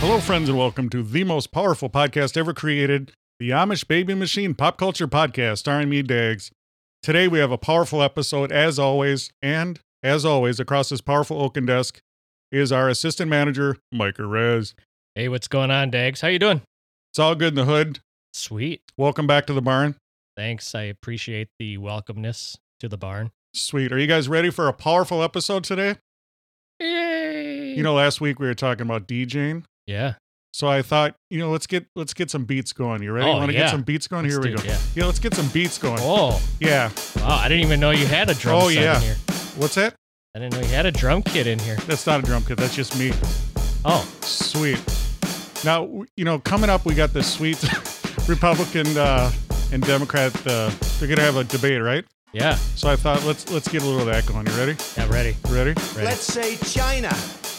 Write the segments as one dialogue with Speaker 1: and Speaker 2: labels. Speaker 1: Hello, friends, and welcome to the most powerful podcast ever created, the Amish Baby Machine Pop Culture Podcast, starring me, Dags. Today, we have a powerful episode, as always. And as always, across this powerful oaken desk is our assistant manager, Mike Rez.
Speaker 2: Hey, what's going on, Dags? How you doing?
Speaker 1: It's all good in the hood.
Speaker 2: Sweet.
Speaker 1: Welcome back to the barn.
Speaker 2: Thanks. I appreciate the welcomeness to the barn.
Speaker 1: Sweet. Are you guys ready for a powerful episode today?
Speaker 2: Yay.
Speaker 1: You know, last week we were talking about DJing.
Speaker 2: Yeah.
Speaker 1: So I thought, you know, let's get let's get some beats going. You ready?
Speaker 2: Oh,
Speaker 1: Want to
Speaker 2: yeah.
Speaker 1: get some beats going?
Speaker 2: Let's
Speaker 1: Here we
Speaker 2: do
Speaker 1: go.
Speaker 2: it, yeah.
Speaker 1: yeah, let's get some beats going.
Speaker 2: Oh,
Speaker 1: Yeah.
Speaker 2: wow. I didn't even know you had a drum
Speaker 1: Oh,
Speaker 2: set
Speaker 1: yeah.
Speaker 2: in here.
Speaker 1: What's that?
Speaker 2: I didn't know you had a drum kit in here.
Speaker 1: That's not a drum kit. That's just me.
Speaker 2: Oh,
Speaker 1: Sweet. Now, w- you know, coming up, we got the sweet Republican uh, and Democrat. Uh, they're gonna have a debate, right?
Speaker 2: yeah.
Speaker 1: So I thought let's let's get a little of that going. You ready?
Speaker 2: Yeah, ready.
Speaker 1: Ready?
Speaker 2: Ready.
Speaker 3: Let's say China.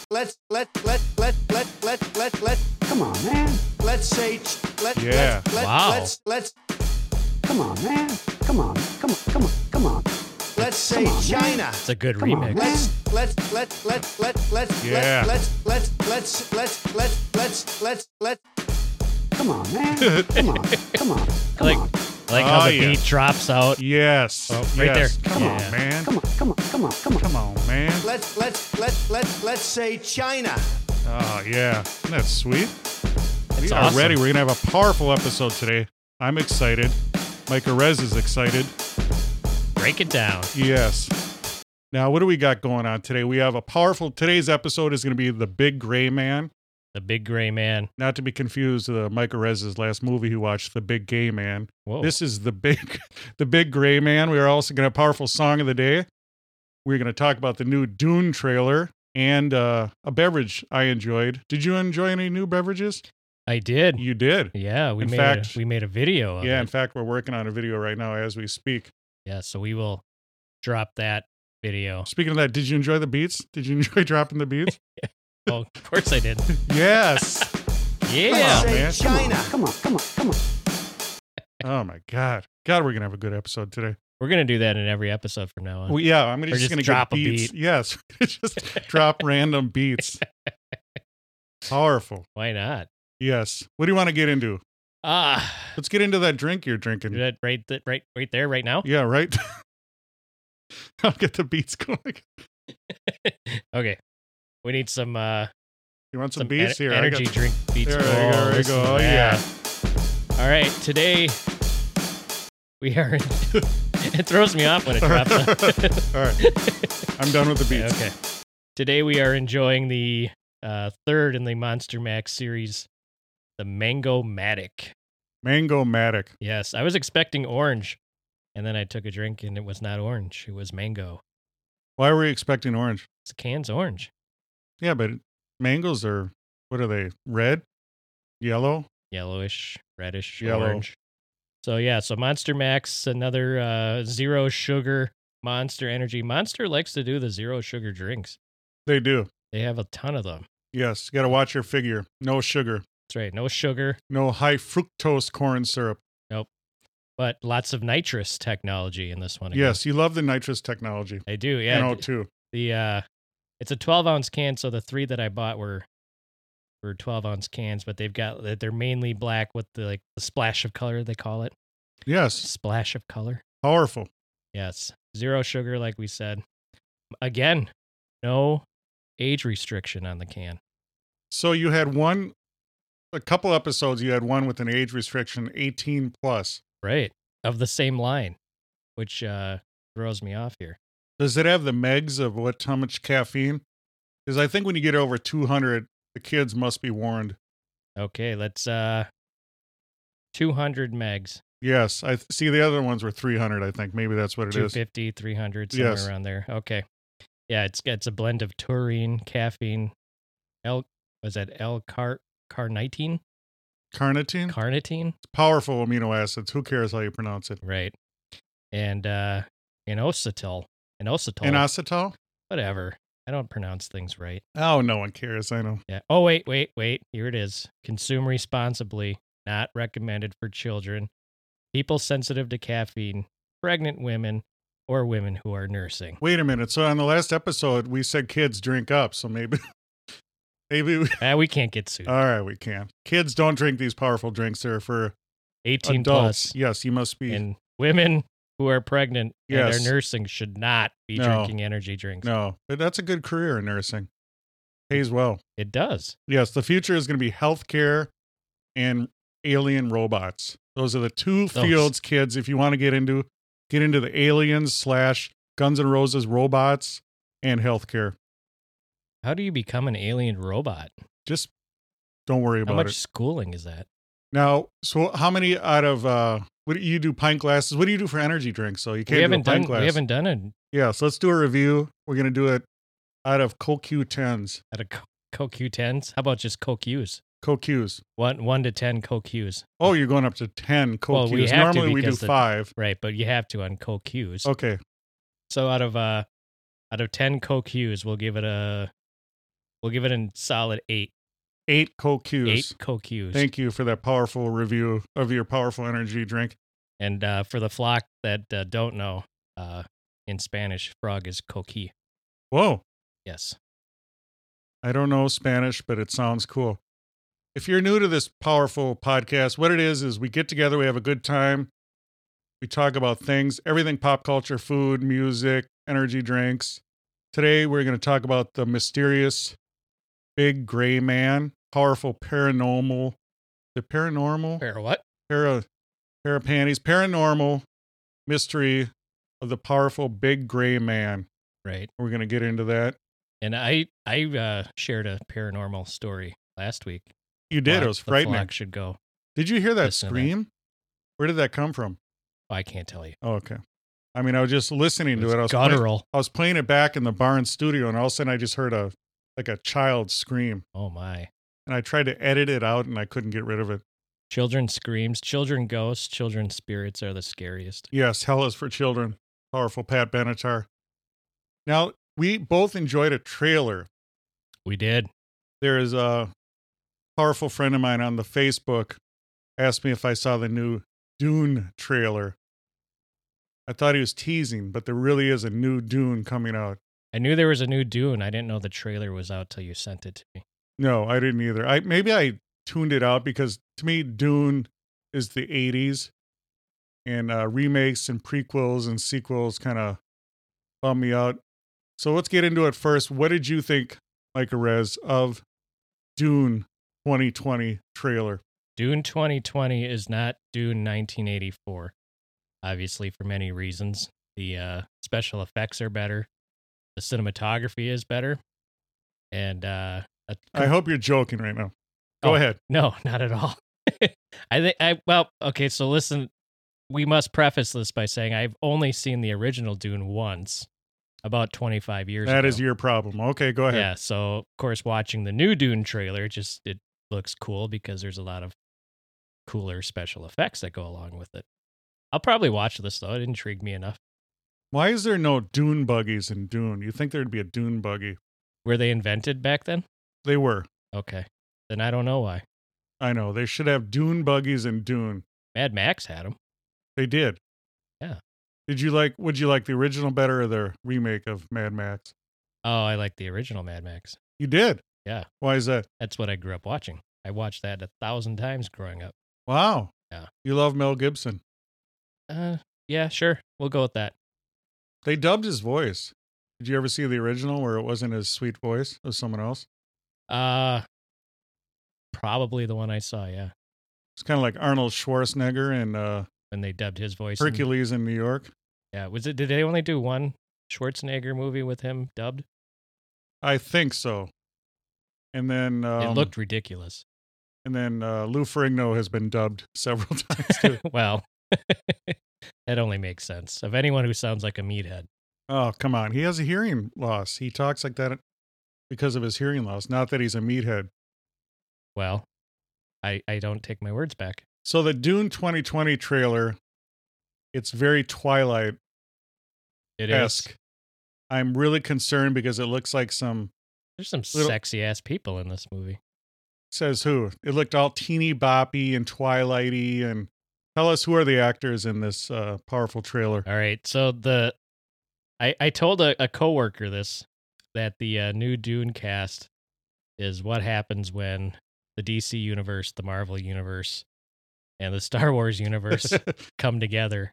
Speaker 3: Let's let let let let let let let. Come on, man. Let's say ch- let
Speaker 1: Yeah.
Speaker 3: let let
Speaker 2: Wow.
Speaker 3: let's let's
Speaker 4: Come on, man. Come on. Come on. Come on. Come on.
Speaker 3: let's say
Speaker 4: Come on, man.
Speaker 3: China.
Speaker 2: it's a good
Speaker 4: Come on,
Speaker 2: remix.
Speaker 4: man.
Speaker 3: Let's let's let let let let's
Speaker 1: Yeah.
Speaker 3: let let's let's let's let's let's let's let's let's.
Speaker 4: Come on, man. Come on. Come on.
Speaker 2: I like, I like how
Speaker 1: Oh,
Speaker 2: the
Speaker 1: yeah.
Speaker 2: beat drops out.
Speaker 1: Yes.
Speaker 2: Oh, right
Speaker 1: Yes.
Speaker 2: there.
Speaker 1: Come
Speaker 2: Yeah.
Speaker 1: on, man.
Speaker 4: Come on. Come on. Come on. Come on.
Speaker 1: Come on, man.
Speaker 3: Let's let's let let let's say China.
Speaker 1: Oh yeah, Isn't that sweet.
Speaker 2: It's
Speaker 1: we
Speaker 2: awesome.
Speaker 1: are ready. We're gonna have a powerful episode today. I'm excited. Mike Rez is excited.
Speaker 2: Break it down.
Speaker 1: Yes. Now, what do we got going on today? We have a powerful. Today's episode is going to be the Big Gray Man.
Speaker 2: The big gray man.
Speaker 1: not to be confused with uh, Mike Rez's last movie he watched, The Big Gay Man.
Speaker 2: Whoa.
Speaker 1: This is the big, the big gray man. We are also going to powerful song of the day. We're going to talk about the new Dune trailer and uh, a beverage I enjoyed. Did you enjoy any new beverages?
Speaker 2: I did.
Speaker 1: You did.
Speaker 2: Yeah, we
Speaker 1: In
Speaker 2: made
Speaker 1: fact-
Speaker 2: a, we made a video. Of
Speaker 1: Yeah. In
Speaker 2: It.
Speaker 1: fact, we're working on a video right now as we speak.
Speaker 2: Yeah. So we will drop that video.
Speaker 1: Speaking of that, did you enjoy the beats? Did you enjoy dropping the beats?
Speaker 2: Oh, of course I did.
Speaker 1: yes.
Speaker 2: Yeah.
Speaker 1: man.
Speaker 3: Let's say China.
Speaker 4: Come on. Come on. Come on.
Speaker 1: Oh my God. God, we're gonna have a good episode today.
Speaker 2: We're gonna do that in every episode from now on.
Speaker 1: Well, yeah, I'm gonna
Speaker 2: Or
Speaker 1: just,
Speaker 2: just
Speaker 1: gonna
Speaker 2: drop a
Speaker 1: get beats.
Speaker 2: beat.
Speaker 1: Yes, just drop random beats. Powerful.
Speaker 2: Why not?
Speaker 1: Yes. What do you want to get into?
Speaker 2: Ah,
Speaker 1: Let's get into that drink you're
Speaker 2: do
Speaker 1: drinking.
Speaker 2: that right, th- right, right there, right now.
Speaker 1: Yeah, right. I'll get the beats going.
Speaker 2: Okay, we need some uh,
Speaker 1: You want some,
Speaker 2: some
Speaker 1: beats
Speaker 2: ener-
Speaker 1: here? I got-
Speaker 2: energy drink beats.
Speaker 1: There we go, there we
Speaker 2: listen
Speaker 1: go.
Speaker 2: to
Speaker 1: Oh, yeah.
Speaker 2: that. All right, today we are. In- it throws me off when it
Speaker 1: All right.
Speaker 2: drops. okay,
Speaker 1: All right. I'm done with the beats.
Speaker 2: okay. Today we are enjoying the uh, third in the Monster Max series, the Mango Matic.
Speaker 1: Mango Matic.
Speaker 2: Yes, I was expecting orange, and then I took a drink and it was not orange. It was mango.
Speaker 1: Why were you expecting orange?
Speaker 2: It's can's orange.
Speaker 1: Yeah, but mangoes are what are they? Red? Yellow?
Speaker 2: yellowish, reddish,
Speaker 1: Yellow.
Speaker 2: orange. So yeah, so Monster Max, another uh, zero sugar Monster Energy. Monster likes to do the zero sugar drinks.
Speaker 1: They do.
Speaker 2: They have a ton of them.
Speaker 1: Yes. You gotta watch your figure. No sugar.
Speaker 2: That's right, no sugar,
Speaker 1: No high fructose corn syrup.
Speaker 2: but lots of nitrous technology in this one. again.
Speaker 1: Yes, you love the nitrous technology.
Speaker 2: I do.
Speaker 1: Yeah,
Speaker 2: Yeah,
Speaker 1: no,
Speaker 2: th-
Speaker 1: too.
Speaker 2: the uh, it's a twelve ounce can. So the three that I bought were were twelve ounce cans, but they've got they're mainly black with the like the splash of color they call it.
Speaker 1: Yes,
Speaker 2: Splash of color.
Speaker 1: powerful.
Speaker 2: Yes. Zero sugar, like we said. Again, no age restriction on the can.
Speaker 1: So you had one, a couple episodes. You had one with an age restriction, eighteen plus.
Speaker 2: Right. Of the same line, which uh, throws me off here.
Speaker 1: Does it have the megs of what how much caffeine? Because I think when you get over two hundred, The kids must be warned.
Speaker 2: Okay, let's uh 200 megs,
Speaker 1: Yes, I th- see. The other ones were 300. I think maybe that's what it is.
Speaker 2: 250, 300 somewhere
Speaker 1: Yes.
Speaker 2: around there. Okay. Yeah, it's it's a blend of taurine, caffeine, L was that L car carnitine?
Speaker 1: Carnitine.
Speaker 2: Carnitine?
Speaker 1: Powerful amino acids. Who cares how you pronounce it?
Speaker 2: Right. And uh inositol. Inositol.
Speaker 1: Inositol.
Speaker 2: whatever. I don't pronounce things right.
Speaker 1: Oh, no one cares. I know.
Speaker 2: Yeah. Oh, wait, wait, wait. Here it is. Consume responsibly. Not recommended for children, people sensitive to caffeine, pregnant women, or women who are nursing.
Speaker 1: Wait a minute. So on the last episode, we said kids drink up. So maybe, maybe. We,
Speaker 2: Ah, we can't get sued.
Speaker 1: all right, we can. Kids don't drink these powerful drinks. They're for
Speaker 2: 18
Speaker 1: adults.
Speaker 2: plus.
Speaker 1: Yes, you must be.
Speaker 2: And women who are pregnant
Speaker 1: Yes.
Speaker 2: and are nursing should not be
Speaker 1: No.
Speaker 2: drinking energy drinks.
Speaker 1: no, but that's a good career in nursing. Pays well.
Speaker 2: It does.
Speaker 1: Yes, the future is going to be healthcare and alien robots. Those are the two
Speaker 2: Those.
Speaker 1: fields, kids. If you want to get into, get into the aliens slash Guns N' Roses robots and healthcare.
Speaker 2: How do you become an alien robot?
Speaker 1: Just don't worry
Speaker 2: How
Speaker 1: about
Speaker 2: much
Speaker 1: it.
Speaker 2: schooling is that?
Speaker 1: Now, so how many out of uh what do you do pint glasses? What do you do for energy drinks? So you can't
Speaker 2: we haven't
Speaker 1: do a pint
Speaker 2: done
Speaker 1: glass.
Speaker 2: we haven't done it
Speaker 1: Yeah, so let's do a review. We're gonna do it out of CoQ10s,
Speaker 2: at a Co- CoQ10s. How about just CoQs?
Speaker 1: CoQs.
Speaker 2: One one to ten CoQs.
Speaker 1: Oh, you're going up to ten CoQs.
Speaker 2: Well, we have to
Speaker 1: Normally we do
Speaker 2: because the-
Speaker 1: five.
Speaker 2: Right, but you have to on CoQs.
Speaker 1: Okay,
Speaker 2: So out of uh out of ten CoQs, we'll give it a we'll give it a solid eight.
Speaker 1: eight CoQs.
Speaker 2: Eight CoQs.
Speaker 1: Thank you for that powerful review of your powerful energy drink.
Speaker 2: and uh for the flock that uh, don't know, uh in Spanish, frog is coqui.
Speaker 1: Whoa,
Speaker 2: Yes.
Speaker 1: I don't know Spanish, but it sounds cool. If you're new to this powerful podcast, what it is is we get together, we have a good time, we talk about things, everything pop culture, food, music, energy drinks. Today we're going to talk about the mysterious big gray man, powerful paranormal, the paranormal,
Speaker 2: Fair what?
Speaker 1: para para panties paranormal mystery of the powerful big gray man
Speaker 2: Right.
Speaker 1: we're going to get into that
Speaker 2: And I I uh shared a paranormal story last week.
Speaker 1: you did
Speaker 2: Flock-
Speaker 1: it was
Speaker 2: the
Speaker 1: frightening
Speaker 2: flock should go.
Speaker 1: did you hear that
Speaker 2: Listen to that.
Speaker 1: scream where did that come from
Speaker 2: Oh, I can't tell you.
Speaker 1: oh okay i mean i was just listening to
Speaker 2: It's
Speaker 1: it i was, play-
Speaker 2: guttural.
Speaker 1: I was playing it back in the barn studio and all of a sudden i just heard a like a child scream
Speaker 2: Oh my.
Speaker 1: and i tried to edit it out and i couldn't get rid of it
Speaker 2: Children screams, children ghosts, children spirits are the scariest.
Speaker 1: yes hell is for children powerful pat benatar now we both enjoyed a trailer
Speaker 2: We did.
Speaker 1: there is a powerful friend of mine on the Facebook asked me if I saw the new Dune trailer. I thought he was teasing, but there really is a new Dune coming out.
Speaker 2: I knew there was a new Dune. I didn't know the trailer was out till you sent it to me.
Speaker 1: No, I didn't either. I maybe I tuned it out because to me Dune is the 80s and uh remakes and prequels and sequels kind of bum me out. So let's get into it first. What did you think, Mike Rez, of Dune 2020 trailer?
Speaker 2: Dune 2020 is not Dune 1984. Obviously, for many reasons. The uh, special effects are better, the cinematography is better. And uh, a-
Speaker 1: I hope you're joking right now. Go
Speaker 2: Oh.
Speaker 1: ahead.
Speaker 2: no, not at all. I think I, well, okay, so listen, we must preface this by saying I've only seen the original Dune once about 25 years ago.
Speaker 1: That is your problem. Okay, go ahead.
Speaker 2: Yeah. So of course, watching the new Dune trailer, it just it looks cool because there's a lot of cooler special effects that go along with it. I'll probably watch this though. It intrigued me enough.
Speaker 1: Why is there no dune buggies in Dune? You think there'd be a dune buggy?
Speaker 2: Were they invented back then?
Speaker 1: They were.
Speaker 2: Okay, then I don't know why.
Speaker 1: I know. They should have dune buggies in Dune.
Speaker 2: Mad Max had them.
Speaker 1: They did.
Speaker 2: Yeah.
Speaker 1: Did you like would you like the original better or the remake of Mad Max?
Speaker 2: Oh, I like the original Mad Max.
Speaker 1: You did.
Speaker 2: Yeah.
Speaker 1: Why is that?
Speaker 2: That's what I grew up watching. I watched that a thousand times growing up.
Speaker 1: Wow.
Speaker 2: Yeah.
Speaker 1: You love Mel Gibson.
Speaker 2: Uh, yeah, sure, we'll go with that.
Speaker 1: They dubbed his voice. Did you ever see the original where it wasn't his sweet voice of someone else?
Speaker 2: Uh, probably the one I saw. Yeah,
Speaker 1: It's kind of like Arnold Schwarzenegger and uh,
Speaker 2: when they dubbed his voice. in-
Speaker 1: Hercules in New York.
Speaker 2: Yeah, was it? Did they only do one Schwarzenegger movie with him dubbed?
Speaker 1: I think so. And then um,
Speaker 2: it looked ridiculous.
Speaker 1: and then uh, Lou Ferrigno has been dubbed several times too.
Speaker 2: Well, that only makes sense of anyone who sounds like a meathead.
Speaker 1: oh, come on. He has a hearing loss. He talks like that because of his hearing loss, not that he's a meathead.
Speaker 2: Well, I I don't take my words back.
Speaker 1: So the Dune 2020 trailer, it's very Twilight
Speaker 2: It is.
Speaker 1: esque. I'm really concerned because it looks like some
Speaker 2: There's some
Speaker 1: Little-
Speaker 2: sexy ass people in this movie.
Speaker 1: says who. It looked all teeny boppy and twilighty. And tell us who are the actors in this uh, powerful trailer.
Speaker 2: All right. So the I I told a, a coworker this that the uh, new Dune cast is what happens when the DC universe, the Marvel universe, and the Star Wars universe come together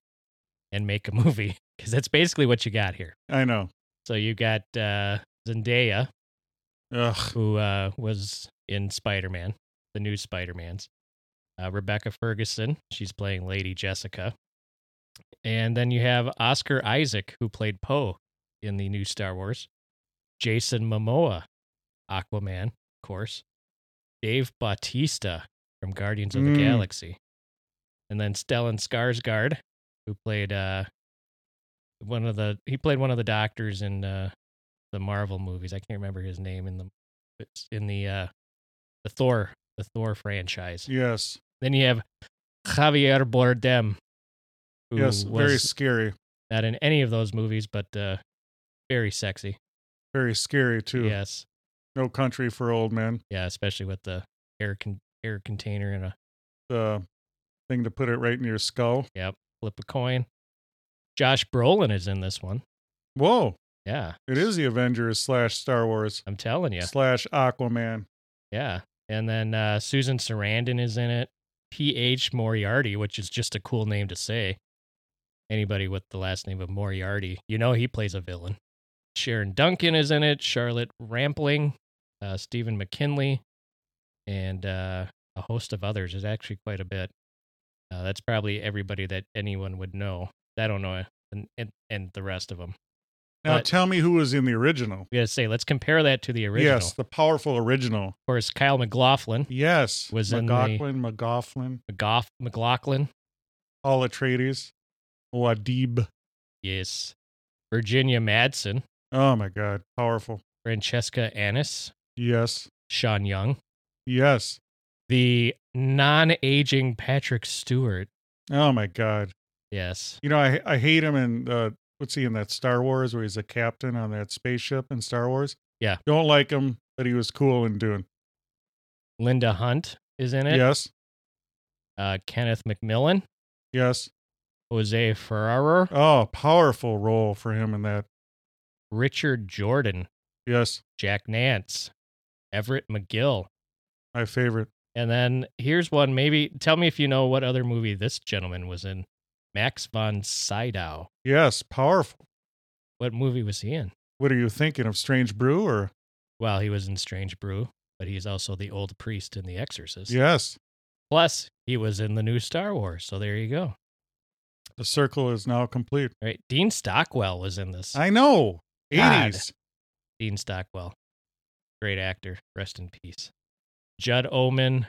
Speaker 2: and make a movie because that's basically what you got here.
Speaker 1: I know.
Speaker 2: So you got uh, Zendaya
Speaker 1: Ugh.
Speaker 2: who uh, was in Spider Man, the new Spider Man's. Uh, Rebecca Ferguson, she's playing Lady Jessica. And then you have Oscar Isaac, who played Poe in the new Star Wars. Jason Momoa, Aquaman, of course. Dave Bautista from Guardians of the
Speaker 1: Mm.
Speaker 2: Galaxy. And then Stellan Skarsgård, who played uh, one of the he played one of the doctors in uh, the Marvel movies. I can't remember his name in the it's in the uh the Thor the Thor franchise.
Speaker 1: Yes.
Speaker 2: Then you have Javier Bardem, who
Speaker 1: Yes. Very
Speaker 2: was
Speaker 1: scary.
Speaker 2: not in any of those movies, but uh very sexy.
Speaker 1: Very scary, too.
Speaker 2: Yes,
Speaker 1: No country for old men.
Speaker 2: yeah, especially with the air con- air container and a
Speaker 1: The thing to put it right in your skull.
Speaker 2: flip a coin. Josh Brolin is in this one.
Speaker 1: Whoa.
Speaker 2: Yeah,
Speaker 1: It is the Avengers slash Star Wars
Speaker 2: I'm telling you.
Speaker 1: slash Aquaman.
Speaker 2: Yeah, and then uh, Susan Sarandon is in it. P.H. Moriarty, which is just a cool name to say. Anybody with the last name of Moriarty, you know he plays a villain. Sharon Duncan is in it. Charlotte Rampling, uh, Stephen McKinley, and uh, a host of others. There's actually quite a bit. Uh, that's probably everybody that anyone would know. I don't know, and and, and the rest of them.
Speaker 1: Now
Speaker 2: But-
Speaker 1: tell me who was in the original.
Speaker 2: We gotta say, let's compare that to the original.
Speaker 1: Yes,
Speaker 2: Of
Speaker 1: the powerful original.
Speaker 2: course, Kyle McLaughlin,
Speaker 1: Yes.
Speaker 2: Was in the-
Speaker 1: McGoughlin, McGoughlin,
Speaker 2: McGough- McLaughlin,
Speaker 1: all Atreides, Wadib.
Speaker 2: Yes. Virginia Madsen,
Speaker 1: Oh my God. Powerful.
Speaker 2: Francesca Annis,
Speaker 1: Yes.
Speaker 2: Sean Young,
Speaker 1: Yes.
Speaker 2: the non aging Patrick Stewart.
Speaker 1: Oh my God.
Speaker 2: Yes.
Speaker 1: You know, I I hate him in uh what's he in that Star Wars where he's a captain on that spaceship in Star Wars.
Speaker 2: Yeah.
Speaker 1: Don't like him, but he was cool in Dune.
Speaker 2: Linda Hunt is in it.
Speaker 1: Yes.
Speaker 2: Uh, Kenneth McMillan,
Speaker 1: Yes.
Speaker 2: Jose Ferraro,
Speaker 1: Oh, powerful role for him in that.
Speaker 2: Richard Jordan,
Speaker 1: Yes.
Speaker 2: Jack Nance, Everett McGill.
Speaker 1: My favorite.
Speaker 2: And then here's one. Maybe tell me if you know what other movie this gentleman was in. Max von Sydow.
Speaker 1: Yes. Powerful.
Speaker 2: What movie was he in?
Speaker 1: What are you thinking of Strange Brew or?
Speaker 2: Well, he was in Strange Brew, but he's also the old priest in The Exorcist.
Speaker 1: Yes.
Speaker 2: Plus, he was in the new Star Wars, so there you go.
Speaker 1: The circle is now complete.
Speaker 2: All right, Dean Stockwell was in this.
Speaker 1: I know.
Speaker 2: God.
Speaker 1: 80s.
Speaker 2: Dean Stockwell, great actor, rest in peace. Judd Omen,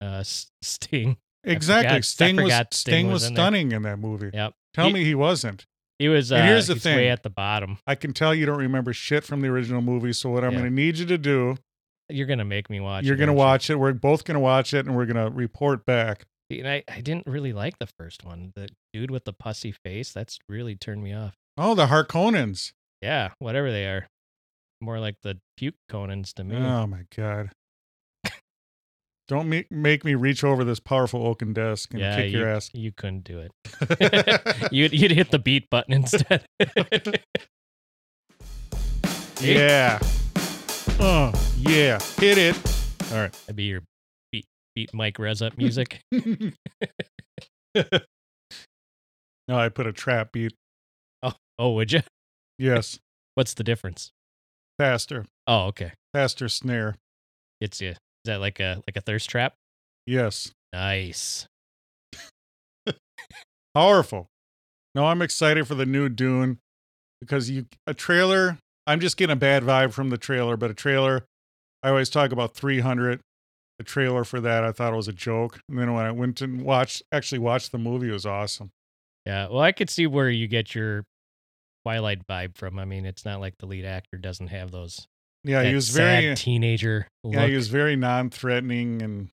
Speaker 2: uh, S- Sting.
Speaker 1: Exactly.
Speaker 2: forgot- I
Speaker 1: Sting, was, Sting,
Speaker 2: forgot Sting
Speaker 1: was
Speaker 2: was in there.
Speaker 1: stunning in that movie.
Speaker 2: Yep,
Speaker 1: Tell
Speaker 2: He-
Speaker 1: me he wasn't.
Speaker 2: he was. Uh,
Speaker 1: And here's the
Speaker 2: he's
Speaker 1: thing.
Speaker 2: way at the bottom.
Speaker 1: I can tell you don't remember shit from the original movie. So what I'm
Speaker 2: Yeah.
Speaker 1: going to need you to do,
Speaker 2: You're gonna make me watch.
Speaker 1: you're
Speaker 2: it,
Speaker 1: going to
Speaker 2: aren't
Speaker 1: watch
Speaker 2: you?
Speaker 1: it. We're both going to watch it, and we're going to report back.
Speaker 2: And I, I didn't really like the first one. The dude with the pussy face that's really turned me off.
Speaker 1: Oh, the Harkonnens.
Speaker 2: Yeah, whatever they are, more like the puke Conans to me.
Speaker 1: Oh my god. Don't make, make me reach over this powerful oaken desk and
Speaker 2: yeah,
Speaker 1: kick
Speaker 2: you,
Speaker 1: your ass.
Speaker 2: you couldn't do it. you'd, you'd hit the beat button instead.
Speaker 1: yeah. Oh yeah. Hit it. All right.
Speaker 2: That'd be your beat beat Mike Rez up music.
Speaker 1: No, I put a trap beat.
Speaker 2: oh, would you?
Speaker 1: Yes.
Speaker 2: What's the difference?
Speaker 1: Faster.
Speaker 2: Oh, okay.
Speaker 1: Faster snare.
Speaker 2: It's you. Is that like a like a thirst trap?
Speaker 1: Yes.
Speaker 2: Nice.
Speaker 1: Powerful. No, I'm excited for the new Dune because you a trailer. I'm just getting a bad vibe from the trailer, but a trailer I always talk about 300. The trailer for that I thought it was a joke, and then when I went and watched, actually watched the movie, it was awesome.
Speaker 2: Yeah. Well, I could see where you get your Twilight vibe from. I mean, it's not like the lead actor doesn't have those.
Speaker 1: Yeah,
Speaker 2: that
Speaker 1: he was
Speaker 2: sad
Speaker 1: very
Speaker 2: teenager. Look.
Speaker 1: yeah, he was very non-threatening and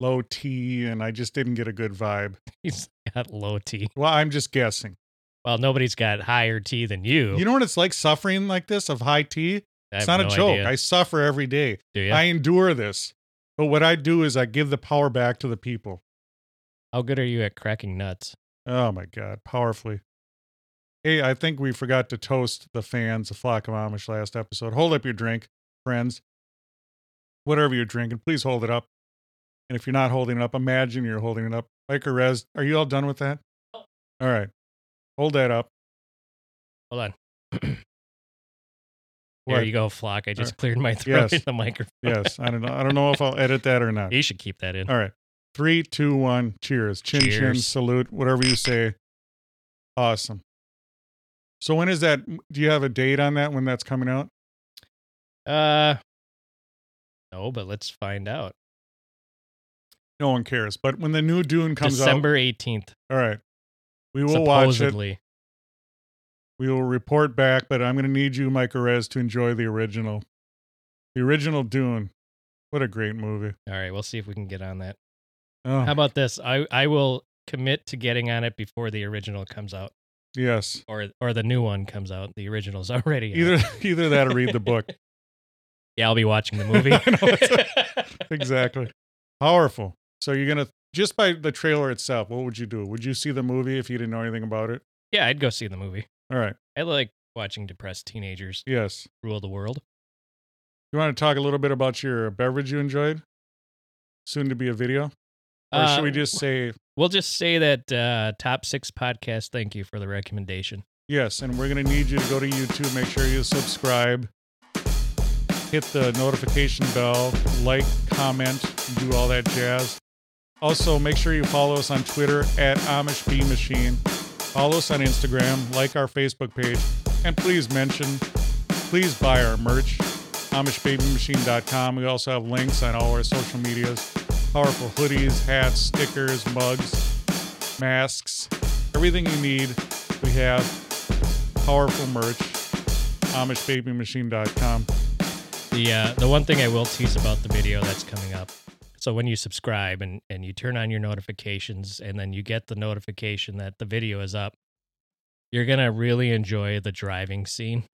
Speaker 1: low T, and I just didn't get a good vibe.
Speaker 2: He's got low T.
Speaker 1: Well, I'm just guessing.
Speaker 2: Well, nobody's got higher T than you.
Speaker 1: You know what it's like suffering like this of high T?
Speaker 2: I
Speaker 1: It's
Speaker 2: have
Speaker 1: not a
Speaker 2: no
Speaker 1: joke.
Speaker 2: idea.
Speaker 1: I suffer every day.
Speaker 2: Do you?
Speaker 1: I endure this. But what I do is I give the power back to the people.
Speaker 2: How good are you at cracking nuts?
Speaker 1: Oh my God, powerfully. Hey, I think we forgot to toast the fans of Flock of Amish last episode. Hold up your drink, friends. Whatever you're drinking, please hold it up. And if you're not holding it up, imagine you're holding it up. Mike or Rez, are you all done with that? All right. Hold that up.
Speaker 2: Hold on. There
Speaker 1: What?
Speaker 2: you go, flock. I just
Speaker 1: Alright.
Speaker 2: cleared my
Speaker 1: Yes.
Speaker 2: throat in the microphone.
Speaker 1: Yes. I don't know. I don't know if I'll edit that or not.
Speaker 2: You should keep that in.
Speaker 1: All right. Three, two, one. Cheers. Chin chin
Speaker 2: Cheers.
Speaker 1: salute. Whatever you say. Awesome. So when is that? Do you have a date on that when that's coming out?
Speaker 2: Uh, no, but let's find out.
Speaker 1: No one cares. But when the new Dune comes
Speaker 2: December eighteenth,
Speaker 1: out, all right. We will watch it.
Speaker 2: supposedly.
Speaker 1: We will report back, but I'm going to need you, Mike Arez, to enjoy the original. The original Dune. What a great movie.
Speaker 2: All right, we'll see if we can get on that.
Speaker 1: Oh,
Speaker 2: How about this? I I will commit to getting on it before the original comes out,
Speaker 1: yes.
Speaker 2: or or the new one comes out. The original's already out.
Speaker 1: Either either that or read the book.
Speaker 2: Yeah, I'll be watching the movie.
Speaker 1: I know, exactly. Powerful. So you're gonna just by the trailer itself, what would you do? Would you see the movie if you didn't know anything about it?
Speaker 2: yeah, I'd go see the movie.
Speaker 1: All right.
Speaker 2: I like watching depressed teenagers
Speaker 1: Yes.
Speaker 2: rule the world.
Speaker 1: You want to talk a little bit about your beverage you enjoyed? Soon to be a video? Or should we
Speaker 2: Uh,
Speaker 1: just say
Speaker 2: We'll just say that uh, top six podcast. Thank you for the recommendation.
Speaker 1: yes? And we're gonna need you to go to YouTube, make sure you subscribe, hit the notification bell, like, comment, do all that jazz. Also, make sure you follow us on Twitter at Amish Bee Machine. Follow us on Instagram, like our Facebook page, and please mention, please buy our merch, AmishBabyMachine.com. We also have links on all our social medias, powerful hoodies, hats, stickers, mugs, masks, everything you need. We have powerful merch, AmishBabyMachine.com.
Speaker 2: The uh, the one thing I will tease about the video that's coming up. So when you subscribe and and you turn on your notifications, and then you get the notification that the video is up, you're gonna really enjoy the driving scene.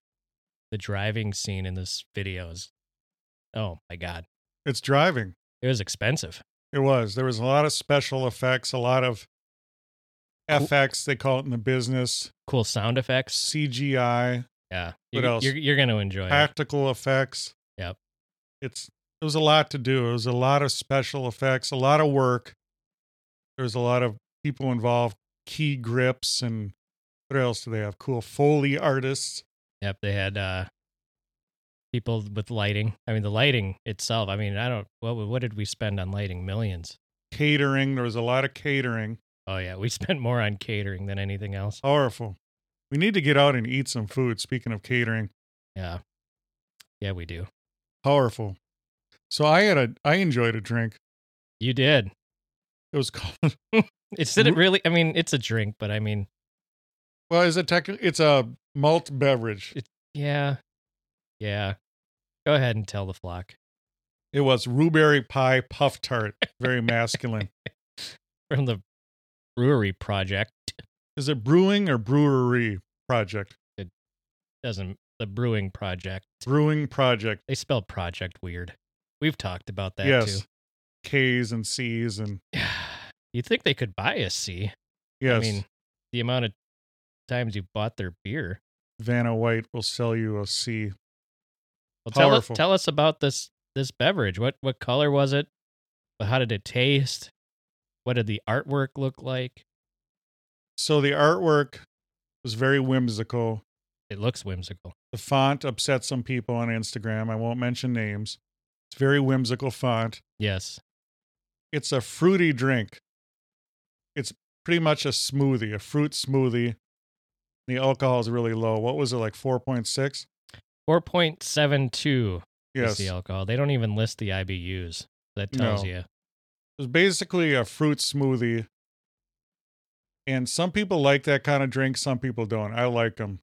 Speaker 2: The driving scene in this video is, oh my god,
Speaker 1: It's driving.
Speaker 2: it was expensive.
Speaker 1: It was. There was a lot of special effects, a lot of FX, they call it in the business,
Speaker 2: Cool sound effects.
Speaker 1: CGI,
Speaker 2: Oh, Yeah,
Speaker 1: What
Speaker 2: you,
Speaker 1: else?
Speaker 2: You're, you're gonna enjoy it.
Speaker 1: practical effects.
Speaker 2: Yep.
Speaker 1: It's it was a lot to do. It was a lot of special effects, a lot of work. There was a lot of people involved, key grips and what else do they have? Cool Foley artists.
Speaker 2: Yep, they had uh people with lighting. I mean, the lighting itself. I mean, I don't. What what did we spend on lighting? Millions.
Speaker 1: Catering. There was a lot of catering.
Speaker 2: Oh yeah, we spent more on catering than anything else.
Speaker 1: Powerful. We need to get out and eat some food. Speaking of catering.
Speaker 2: Yeah, yeah, we do.
Speaker 1: Powerful. So I had a I enjoyed a drink.
Speaker 2: You did.
Speaker 1: It was called
Speaker 2: It's
Speaker 1: Mm-hmm.
Speaker 2: did it really? I mean, it's a drink, but I mean,
Speaker 1: well, is it technically it's a malt beverage.
Speaker 2: yeah, yeah. Go ahead and tell the flock
Speaker 1: It was rhubarb pie puff tart. Very masculine.
Speaker 2: from the brewery project.
Speaker 1: Is it brewing or brewery project?
Speaker 2: Doesn't the brewing project?
Speaker 1: Brewing project.
Speaker 2: They spell project weird. We've talked about that
Speaker 1: yes. K's and C's and
Speaker 2: too. You think they could buy a C?
Speaker 1: yes.
Speaker 2: I mean, the amount of times you bought their beer.
Speaker 1: Vanna White will sell you a C.
Speaker 2: Well, tell us,
Speaker 1: Powerful.
Speaker 2: tell us about this this beverage. What what color was it? How did it taste? What did the artwork look like?
Speaker 1: So the artwork was very whimsical.
Speaker 2: It looks whimsical.
Speaker 1: The font upset some people on Instagram. I won't mention names. It's very whimsical font.
Speaker 2: Yes.
Speaker 1: It's a fruity drink. It's pretty much a smoothie, a fruit smoothie. The alcohol is really low. What was it like 4.6?
Speaker 2: 4.72.
Speaker 1: Yes.
Speaker 2: the
Speaker 1: It
Speaker 2: alcohol. They don't even list the IBUs. That tells
Speaker 1: No.
Speaker 2: you.
Speaker 1: was basically a fruit smoothie. And some people like that kind of drink, some people don't. I like them.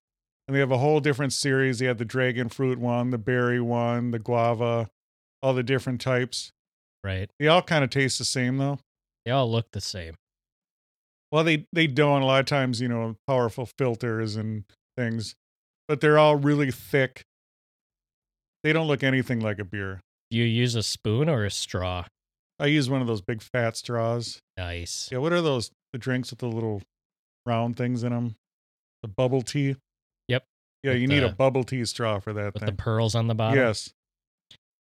Speaker 1: And they have a whole different series. They had the dragon fruit one, the berry one, the guava, all the different types.
Speaker 2: Right.
Speaker 1: They all kind of taste the same though.
Speaker 2: They all look the same.
Speaker 1: Well, they they don't. A lot of times, you know, powerful filters and things, but they're all really thick. They don't look anything like a beer.
Speaker 2: Do you use a spoon or a straw?
Speaker 1: I use one of those big fat straws.
Speaker 2: Nice.
Speaker 1: Yeah, what are those? The drinks with the little round things in them. The bubble tea.
Speaker 2: Yep.
Speaker 1: Yeah,
Speaker 2: With
Speaker 1: you need a
Speaker 2: the-
Speaker 1: bubble tea straw for that
Speaker 2: With the
Speaker 1: thing.
Speaker 2: pearls on the bottom.
Speaker 1: yes.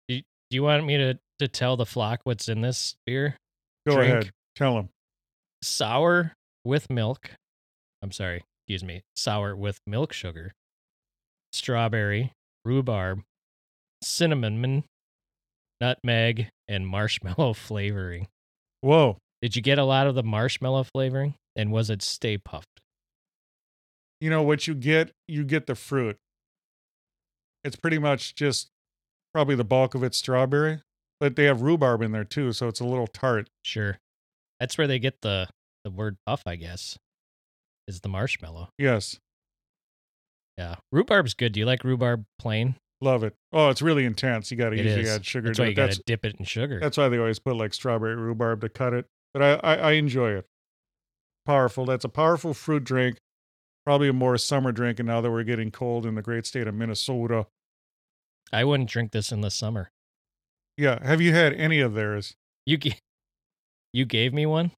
Speaker 2: Do you want me to, to tell the flock what's in this beer?
Speaker 1: Go
Speaker 2: drink.
Speaker 1: ahead. Tell them.
Speaker 2: sour with milk. I'm sorry, excuse me. Sour with milk sugar, strawberry, rhubarb, cinnamon, nutmeg, and marshmallow flavoring.
Speaker 1: Whoa.
Speaker 2: Did you get a lot of the marshmallow flavoring? And was it Stay Puffed?
Speaker 1: you know what you get you get the fruit it's pretty much just probably the bulk of it's strawberry but they have rhubarb in there too so it's a little tart
Speaker 2: Sure. That's where they get the the word puff, I guess. Is the marshmallow.
Speaker 1: yes
Speaker 2: Yeah. Rhubarb's good. Do you like rhubarb plain?
Speaker 1: love it oh it's really intense you gotta
Speaker 2: It
Speaker 1: usually
Speaker 2: is.
Speaker 1: add sugar
Speaker 2: That's
Speaker 1: to
Speaker 2: why you
Speaker 1: it
Speaker 2: got
Speaker 1: that's,
Speaker 2: to dip it in sugar.
Speaker 1: that's why they always put like strawberry rhubarb to cut it but I, I i enjoy it powerful that's a powerful fruit drink probably a more summer drink and now that we're getting cold in the great state of minnesota
Speaker 2: I wouldn't drink this in the summer.
Speaker 1: yeah have you had any of theirs
Speaker 2: You ga- you gave me one,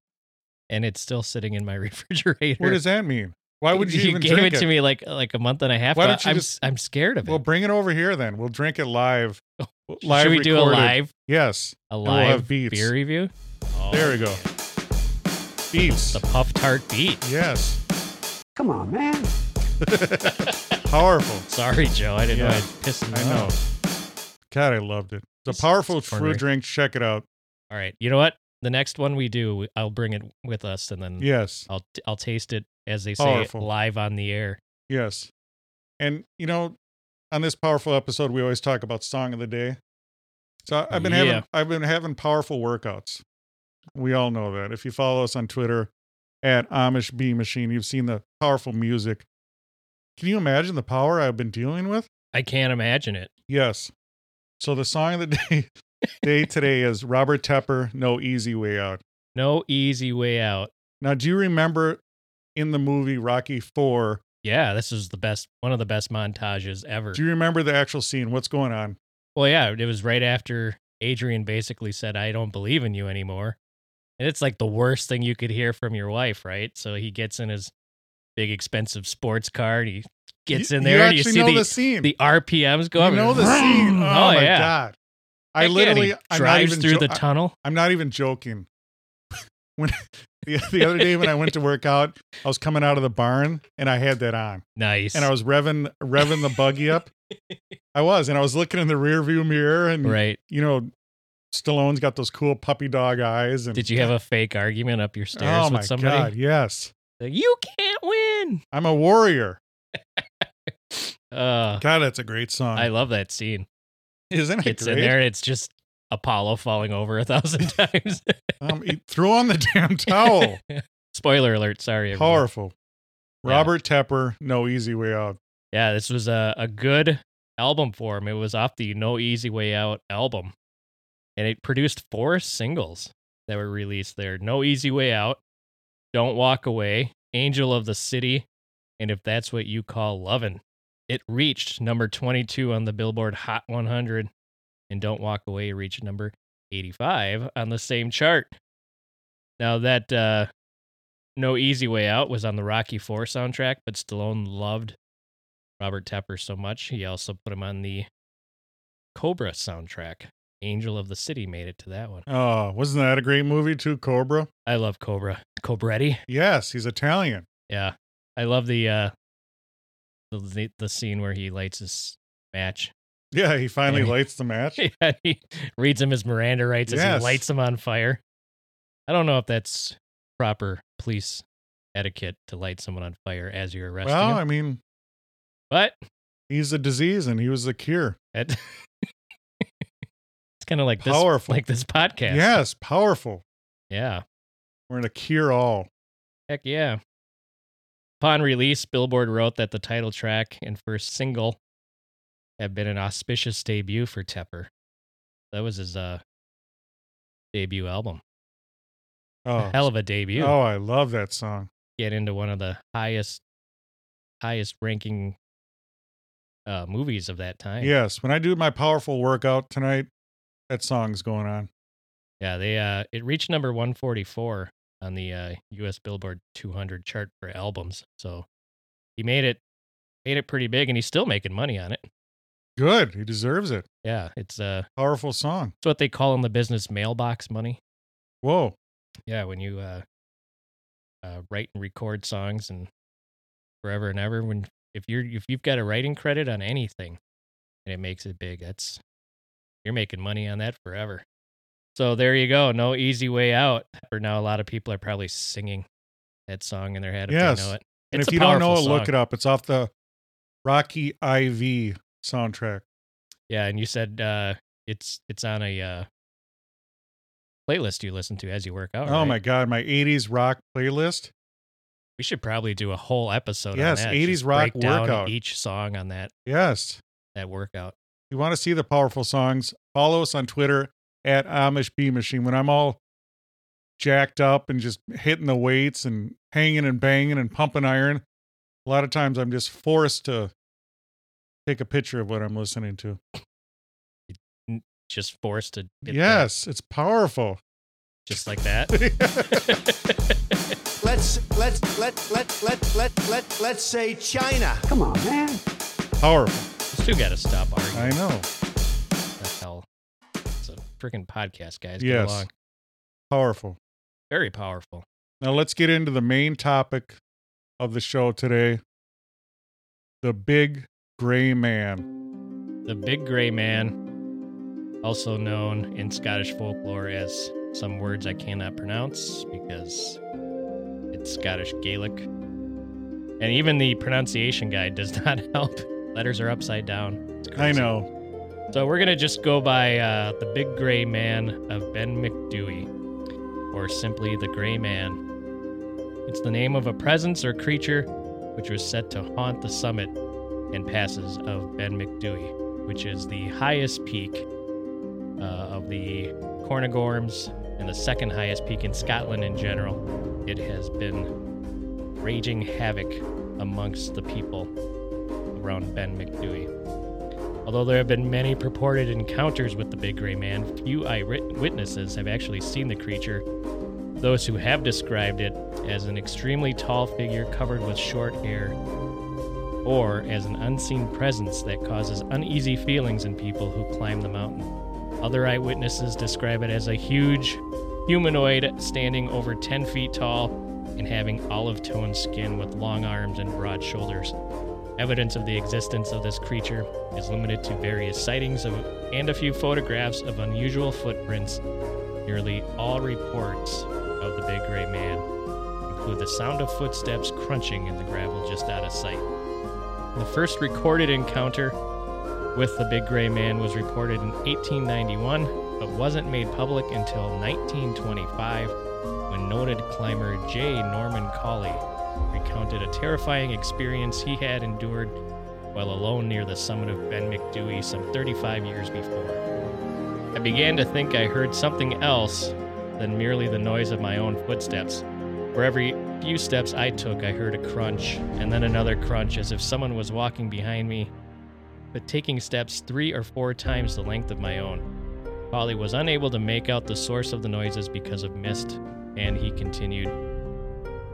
Speaker 2: and it's still sitting in my refrigerator.
Speaker 1: what does that mean why would you, even
Speaker 2: gave
Speaker 1: drink
Speaker 2: it to me like like a month and a half?
Speaker 1: Why
Speaker 2: ago.
Speaker 1: don't you
Speaker 2: I'm
Speaker 1: just-
Speaker 2: s- I'm scared of it. Oh,
Speaker 1: Well, bring it over here then. We'll drink it live.
Speaker 2: Should we do a
Speaker 1: recorded.
Speaker 2: live
Speaker 1: Yes.
Speaker 2: a
Speaker 1: we'll have
Speaker 2: live
Speaker 1: beats.
Speaker 2: beer review? Oh,
Speaker 1: There we go. Beats.
Speaker 2: The puff tart beat.
Speaker 1: Yes.
Speaker 4: Come on, man.
Speaker 1: Powerful.
Speaker 2: Sorry, Joe. I didn't know
Speaker 1: Yeah,
Speaker 2: I'd pissed you
Speaker 1: I know.
Speaker 2: off.
Speaker 1: God, I loved it. It's
Speaker 2: It's-
Speaker 1: a powerful
Speaker 2: it's
Speaker 1: fruit
Speaker 2: cornery.
Speaker 1: drink. Check it out.
Speaker 2: All right. You know what? The next one we do, we- I'll bring it with us, and then
Speaker 1: Yes.
Speaker 2: I'll t- I'll taste it as they say
Speaker 1: Powerful.
Speaker 2: live on the air.
Speaker 1: Yes. And you know, on this powerful episode, we always talk about song of the day. So I- I've been
Speaker 2: Yeah.
Speaker 1: having I've been having powerful workouts. We all know that. If you follow us on Twitter at Amish B Machine, you've seen the powerful music. Can you imagine the power I've been dealing with?
Speaker 2: I can't imagine it.
Speaker 1: Yes. So the song of the day day today is Robert Tepper, No Easy Way Out.
Speaker 2: No easy way out.
Speaker 1: Now, do you remember in the movie Rocky Four?
Speaker 2: Yeah, this is the best one of the best montages ever.
Speaker 1: Do you remember the actual scene? What's going on?
Speaker 2: Well, yeah, it was right after Adrian basically said, I don't believe in you anymore. And it's like the worst thing you could hear from your wife, right? So he gets in his big expensive sports car and he gets
Speaker 1: You-
Speaker 2: in there
Speaker 1: You
Speaker 2: and you
Speaker 1: actually
Speaker 2: see
Speaker 1: know
Speaker 2: the,
Speaker 1: the scene.
Speaker 2: the RPMs go
Speaker 1: you
Speaker 2: up. and-
Speaker 1: know the scene. Oh,
Speaker 2: Oh,
Speaker 1: my
Speaker 2: yeah.
Speaker 1: god! I
Speaker 2: Heck yeah, and he
Speaker 1: literally I'm not
Speaker 2: drives
Speaker 1: even
Speaker 2: through
Speaker 1: jo-
Speaker 2: the tunnel.
Speaker 1: I, am not even joking. when the, the other day when I went to work out, I was coming out of the barn and I had that on,
Speaker 2: Nice.
Speaker 1: and I was revving revving the buggy up. I was, and I was looking in the rear view mirror, and
Speaker 2: right.
Speaker 1: you know, Stallone's got those cool puppy dog eyes. And
Speaker 2: Did you have a fake argument up your stairs
Speaker 1: oh
Speaker 2: with
Speaker 1: my
Speaker 2: somebody?
Speaker 1: god, yes,
Speaker 2: Like, you can't win.
Speaker 1: I'm a warrior.
Speaker 2: Uh,
Speaker 1: God, that's a great song,
Speaker 2: I love that scene.
Speaker 1: isn't it?
Speaker 2: It's
Speaker 1: great?
Speaker 2: in there and it's just Apollo falling over a thousand times.
Speaker 1: Um, he threw on the damn towel.
Speaker 2: Spoiler alert. Sorry. everyone.
Speaker 1: Powerful.
Speaker 2: Yeah.
Speaker 1: Robert Tepper, no easy way out.
Speaker 2: Yeah, this was a, a good album for him. It was off the No Easy Way Out album. And it produced four singles that were released there No Easy Way Out, Don't Walk Away, Angel of the City, and If That's What You Call Lovin'. It reached number 22 on the Billboard Hot 100, and Don't Walk Away reached number 85 on the same chart. Now, that uh, No Easy Way Out was on the Rocky 4 soundtrack, but Stallone loved Robert Tepper so much, he also put him on the Cobra soundtrack. Angel of the City made it to that one.
Speaker 1: Oh, wasn't that a great movie too, Cobra?
Speaker 2: I love Cobra. Cobretti.
Speaker 1: Yes, he's Italian.
Speaker 2: Yeah. I love the uh the the, the scene where he lights his match.
Speaker 1: Yeah, he finally
Speaker 2: Yeah.
Speaker 1: lights the match.
Speaker 2: he reads him his Miranda rights as
Speaker 1: Yes.
Speaker 2: he lights him on fire. I don't know if that's proper police etiquette to light someone on fire as you're arresting
Speaker 1: Well, I
Speaker 2: him.
Speaker 1: mean,
Speaker 2: But
Speaker 1: he's a disease and he was the cure.
Speaker 2: That It's kind of like this,
Speaker 1: Powerful.
Speaker 2: like this podcast.
Speaker 1: Yes, powerful.
Speaker 2: yeah,
Speaker 1: We're in a cure all.
Speaker 2: heck yeah. Upon release, Billboard wrote that the title track and first single have been an auspicious debut for Tepper. That was his uh debut album.
Speaker 1: Oh,
Speaker 2: Hell of a debut.
Speaker 1: oh, I love that song.
Speaker 2: Get into one of the highest, highest ranking uh movies of that time.
Speaker 1: Yes, when I do my powerful workout tonight, that song's going on.
Speaker 2: Yeah, they uh it reached number 144 on the uh US Billboard 200 chart for albums. So he made it made it pretty big and he's still making money on it.
Speaker 1: Good. He deserves it.
Speaker 2: Yeah, it's uh
Speaker 1: Powerful song.
Speaker 2: it's what they call in the business mailbox money.
Speaker 1: Whoa.
Speaker 2: Yeah, when you uh uh write and record songs and forever and ever when if you're if you've got a writing credit on anything and it makes it big, that's you're making money on that forever. So there you go. No easy way out. For now, a lot of people are probably singing that song in their head if
Speaker 1: Yes.
Speaker 2: they know it.
Speaker 1: And
Speaker 2: It's
Speaker 1: if
Speaker 2: a
Speaker 1: you don't know it,
Speaker 2: powerful
Speaker 1: look it
Speaker 2: song.
Speaker 1: up. It's off the Rocky IV soundtrack.
Speaker 2: Yeah, and you said uh it's it's on a uh playlist you listen to as you work out.
Speaker 1: oh
Speaker 2: right?
Speaker 1: my God. My 80s rock playlist.
Speaker 2: We should probably do a whole episode
Speaker 1: Yes,
Speaker 2: on that.
Speaker 1: 80s
Speaker 2: Just
Speaker 1: rock
Speaker 2: break down
Speaker 1: workout.
Speaker 2: each song on that
Speaker 1: Yes.
Speaker 2: that workout.
Speaker 1: If you want to see the powerful songs, follow us on Twitter at Amish Bee Machine. When I'm all jacked up and just hitting the weights and hanging and banging and pumping iron, a lot of times I'm just forced to take a picture of what I'm listening to.
Speaker 2: Just forced to hit that,
Speaker 1: yes, it's powerful.
Speaker 2: just like that.
Speaker 3: Let's let's let let let let let let's say China.
Speaker 4: Come on, man.
Speaker 1: powerful.
Speaker 2: Those two got to stop arguing.
Speaker 1: I know.
Speaker 2: What the hell? It's a freaking podcast, guys. Get
Speaker 1: Yes.
Speaker 2: along.
Speaker 1: Powerful.
Speaker 2: Very powerful.
Speaker 1: Now let's get into the main topic of the show today. The big gray man.
Speaker 2: The Big Gray Man, also known in Scottish folklore as some words I cannot pronounce because it's Scottish Gaelic. And even the pronunciation guide does not help. Letters are upside down. It's
Speaker 1: I
Speaker 2: crazy.
Speaker 1: know.
Speaker 2: So we're gonna just go by uh, the Big Gray Man of Ben McDewey, or simply the Gray Man. It's the name of a presence or creature which was said to haunt the summit and passes of Ben McDewey, which is the highest peak uh, of the Cornagorms and the second highest peak in Scotland in general. It has been raging havoc amongst the people around Ben McDewey. Although there have been many purported encounters with the Big Gray Man, few eyewit- witnesses have actually seen the creature. Those who have described it as an extremely tall figure covered with short hair, or as an unseen presence that causes uneasy feelings in people who climb the mountain. Other eyewitnesses describe it as a huge humanoid standing over 10 feet tall and having olive toned skin with long arms and broad shoulders. Evidence of the existence of this creature is limited to various sightings of, and a few photographs of unusual footprints. Nearly all reports of the big gray man include the sound of footsteps crunching in the gravel just out of sight. The first recorded encounter with the big gray man was reported in 1891, but wasn't made public until 1925 when noted climber J. Norman Colley recounted a terrifying experience he had endured while alone near the summit of Ben McDewey some 35 years before. I began to think I heard something else than merely the noise of my own footsteps. For every few steps I took, I heard a crunch, and then another crunch as if someone was walking behind me, but taking steps three or four times the length of my own. Polly was unable to make out the source of the noises because of mist, and he continued,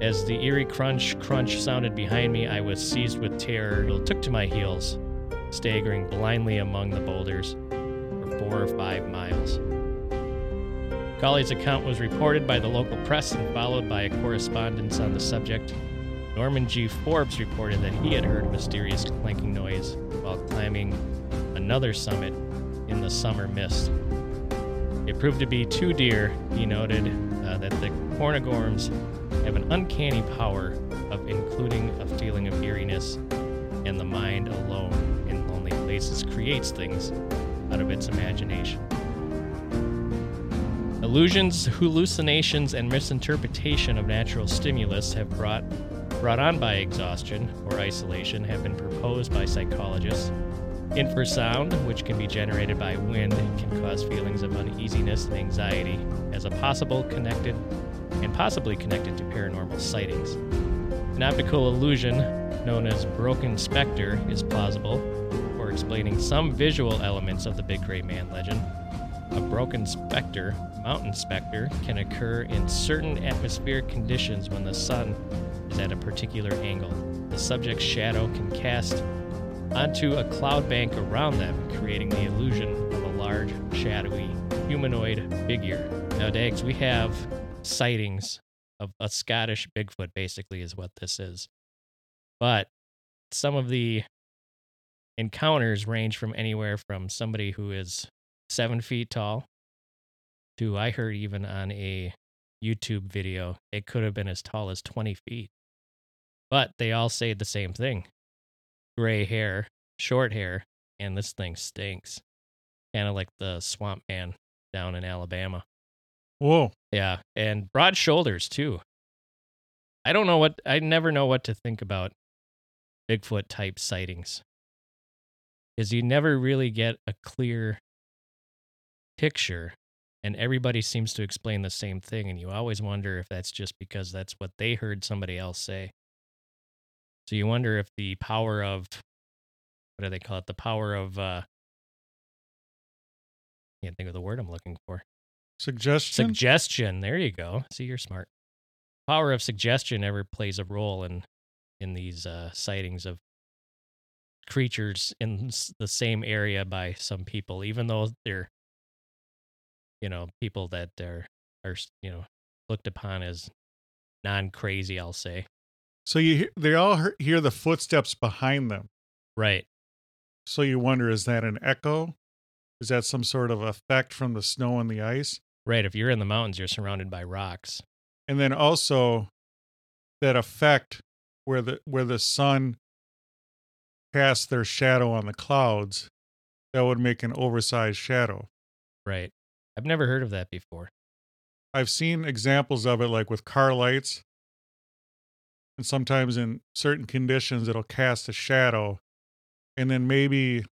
Speaker 2: as the eerie crunch crunch sounded behind me, I was seized with terror and took to my heels, staggering blindly among the boulders for four or five miles. Colley's account was reported by the local press and followed by a correspondence on the subject. Norman G. Forbes reported that he had heard a mysterious clanking noise while climbing another summit in the summer mist. It proved to be two deer. He noted uh, that the cornigorms have an uncanny power of including a feeling of eeriness, and the mind alone in lonely places creates things out of its imagination. Illusions, hallucinations, and misinterpretation of natural stimulus have brought brought on by exhaustion or isolation have been proposed by psychologists. Infrasound, which can be generated by wind, can cause feelings of uneasiness and anxiety as a possible connected and possibly connected to paranormal sightings. An optical illusion known as broken specter is plausible for explaining some visual elements of the Big Gray Man legend. A broken specter, mountain specter, can occur in certain atmospheric conditions when the sun is at a particular angle. The subject's shadow can cast onto a cloud bank around them, creating the illusion of a large, shadowy, humanoid figure. Now, Dags, we have sightings of a Scottish Bigfoot, basically, is what this is. But some of the encounters range from anywhere from somebody who is seven feet tall to, I heard even on a YouTube video, it could have been as tall as 20 feet. But they all say the same thing gray hair, short hair, and this thing stinks. Kind of like the swamp man down in Alabama.
Speaker 1: Whoa.
Speaker 2: Yeah. And broad shoulders, too. I don't know what, I never know what to think about Bigfoot type sightings because you never really get a clear picture. And everybody seems to explain the same thing. And you always wonder if that's just because that's what they heard somebody else say. So you wonder if the power of, what do they call it? The power of, uh, can't think of the word I'm looking for.
Speaker 1: Suggestion?
Speaker 2: Suggestion. There you go. See, you're smart. Power of suggestion ever plays a role in in these uh, sightings of creatures in s- the same area by some people, even though they're you know people that are are s- you know looked upon as non crazy. I'll say
Speaker 1: so you hear, they all hear, hear the footsteps behind them.
Speaker 2: right.
Speaker 1: So you wonder is that an echo? Is that some sort of effect from the snow and the ice?
Speaker 2: Right. If you're in the mountains, you're surrounded by rocks.
Speaker 1: And then also that effect where the where the sun cast their shadow on the clouds that would make an oversized shadow.
Speaker 2: Right. I've never heard of that before.
Speaker 1: I've seen examples of it like with car lights. And sometimes in certain conditions it'll cast a shadow. And then maybe,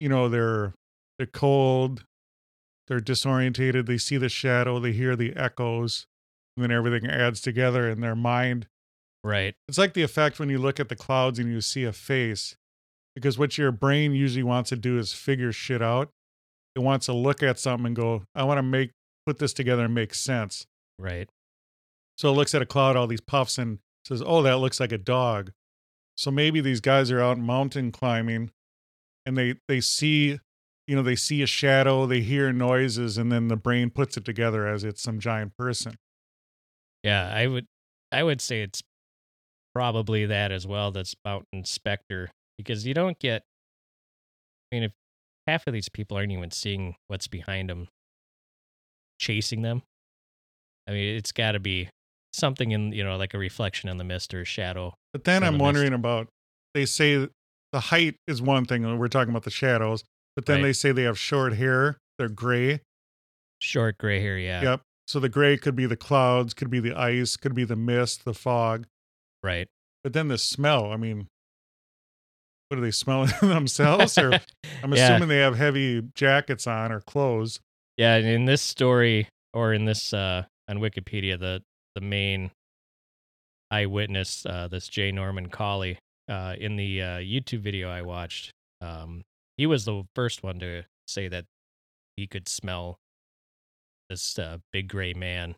Speaker 1: you know, they're they're cold, they're disorientated, they see the shadow, they hear the echoes, and then everything adds together in their mind.
Speaker 2: Right.
Speaker 1: It's like the effect when you look at the clouds and you see a face. Because what your brain usually wants to do is figure shit out. It wants to look at something and go, I want to make put this together and make sense.
Speaker 2: Right.
Speaker 1: So it looks at a cloud, all these puffs, and says, Oh, that looks like a dog. So maybe these guys are out mountain climbing and they, they see, you know, they see a shadow, they hear noises, and then the brain puts it together as it's some giant person.
Speaker 2: Yeah. I would. I would say it's probably that as well. That's mountain specter because you don't get. I mean, if half of these people aren't even seeing what's behind them, chasing them. I mean, it's got to be something in you know like a reflection in the mist or a shadow.
Speaker 1: But then
Speaker 2: Kinda
Speaker 1: I'm
Speaker 2: missed.
Speaker 1: wondering about they say the height is one thing, and we're talking about the shadows, but then
Speaker 2: Right.
Speaker 1: they say they have short hair, they're gray.
Speaker 2: Short gray hair. Yeah.
Speaker 1: Yep. So the gray could be the clouds, could be the ice, could be the mist, the fog.
Speaker 2: Right.
Speaker 1: But then the smell, I mean, what are they smelling themselves? Or I'm
Speaker 2: Yeah.
Speaker 1: assuming they have heavy jackets on or clothes.
Speaker 2: Yeah, and in this story or in this uh on Wikipedia, the the main eyewitness, uh, this J. Norman Colley, uh, in the uh, YouTube video I watched, um, he was the first one to say that he could smell this uh, big gray man,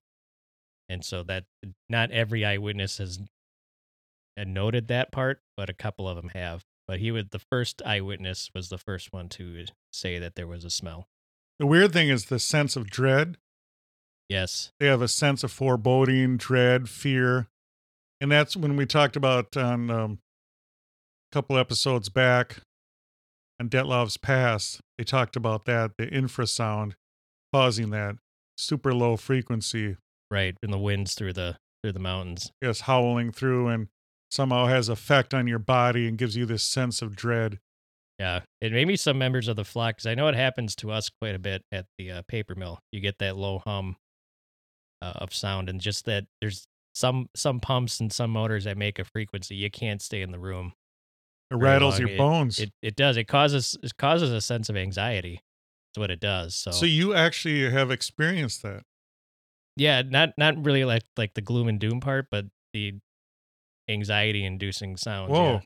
Speaker 2: and so that not every eyewitness has had noted that part, but a couple of them have. But he would the first eyewitness was the first one to say that there was a smell.
Speaker 1: The weird thing is the sense of dread.
Speaker 2: Yes.
Speaker 1: They have a sense of foreboding, dread, fear. And that's when we talked about on um, a couple episodes back on Detlov's Past, they talked about that, the infrasound causing that super low frequency
Speaker 2: right and the winds through the through the mountains
Speaker 1: is howling through and somehow has effect on your body and gives you this sense of dread
Speaker 2: Yeah, and maybe some members of the flock, because I know it happens to us quite a bit at the uh, paper mill. You get that low hum uh, of sound, and just that there's some some pumps and some motors that make a frequency. You can't stay in the room.
Speaker 1: It
Speaker 2: very
Speaker 1: rattles
Speaker 2: long.
Speaker 1: your bones.
Speaker 2: It it does. It causes it causes a sense of anxiety. That's what it does. So,
Speaker 1: so you actually have experienced that.
Speaker 2: yeah, not not really like like the gloom and doom part, but the anxiety inducing sounds.
Speaker 1: Whoa.
Speaker 2: Yeah.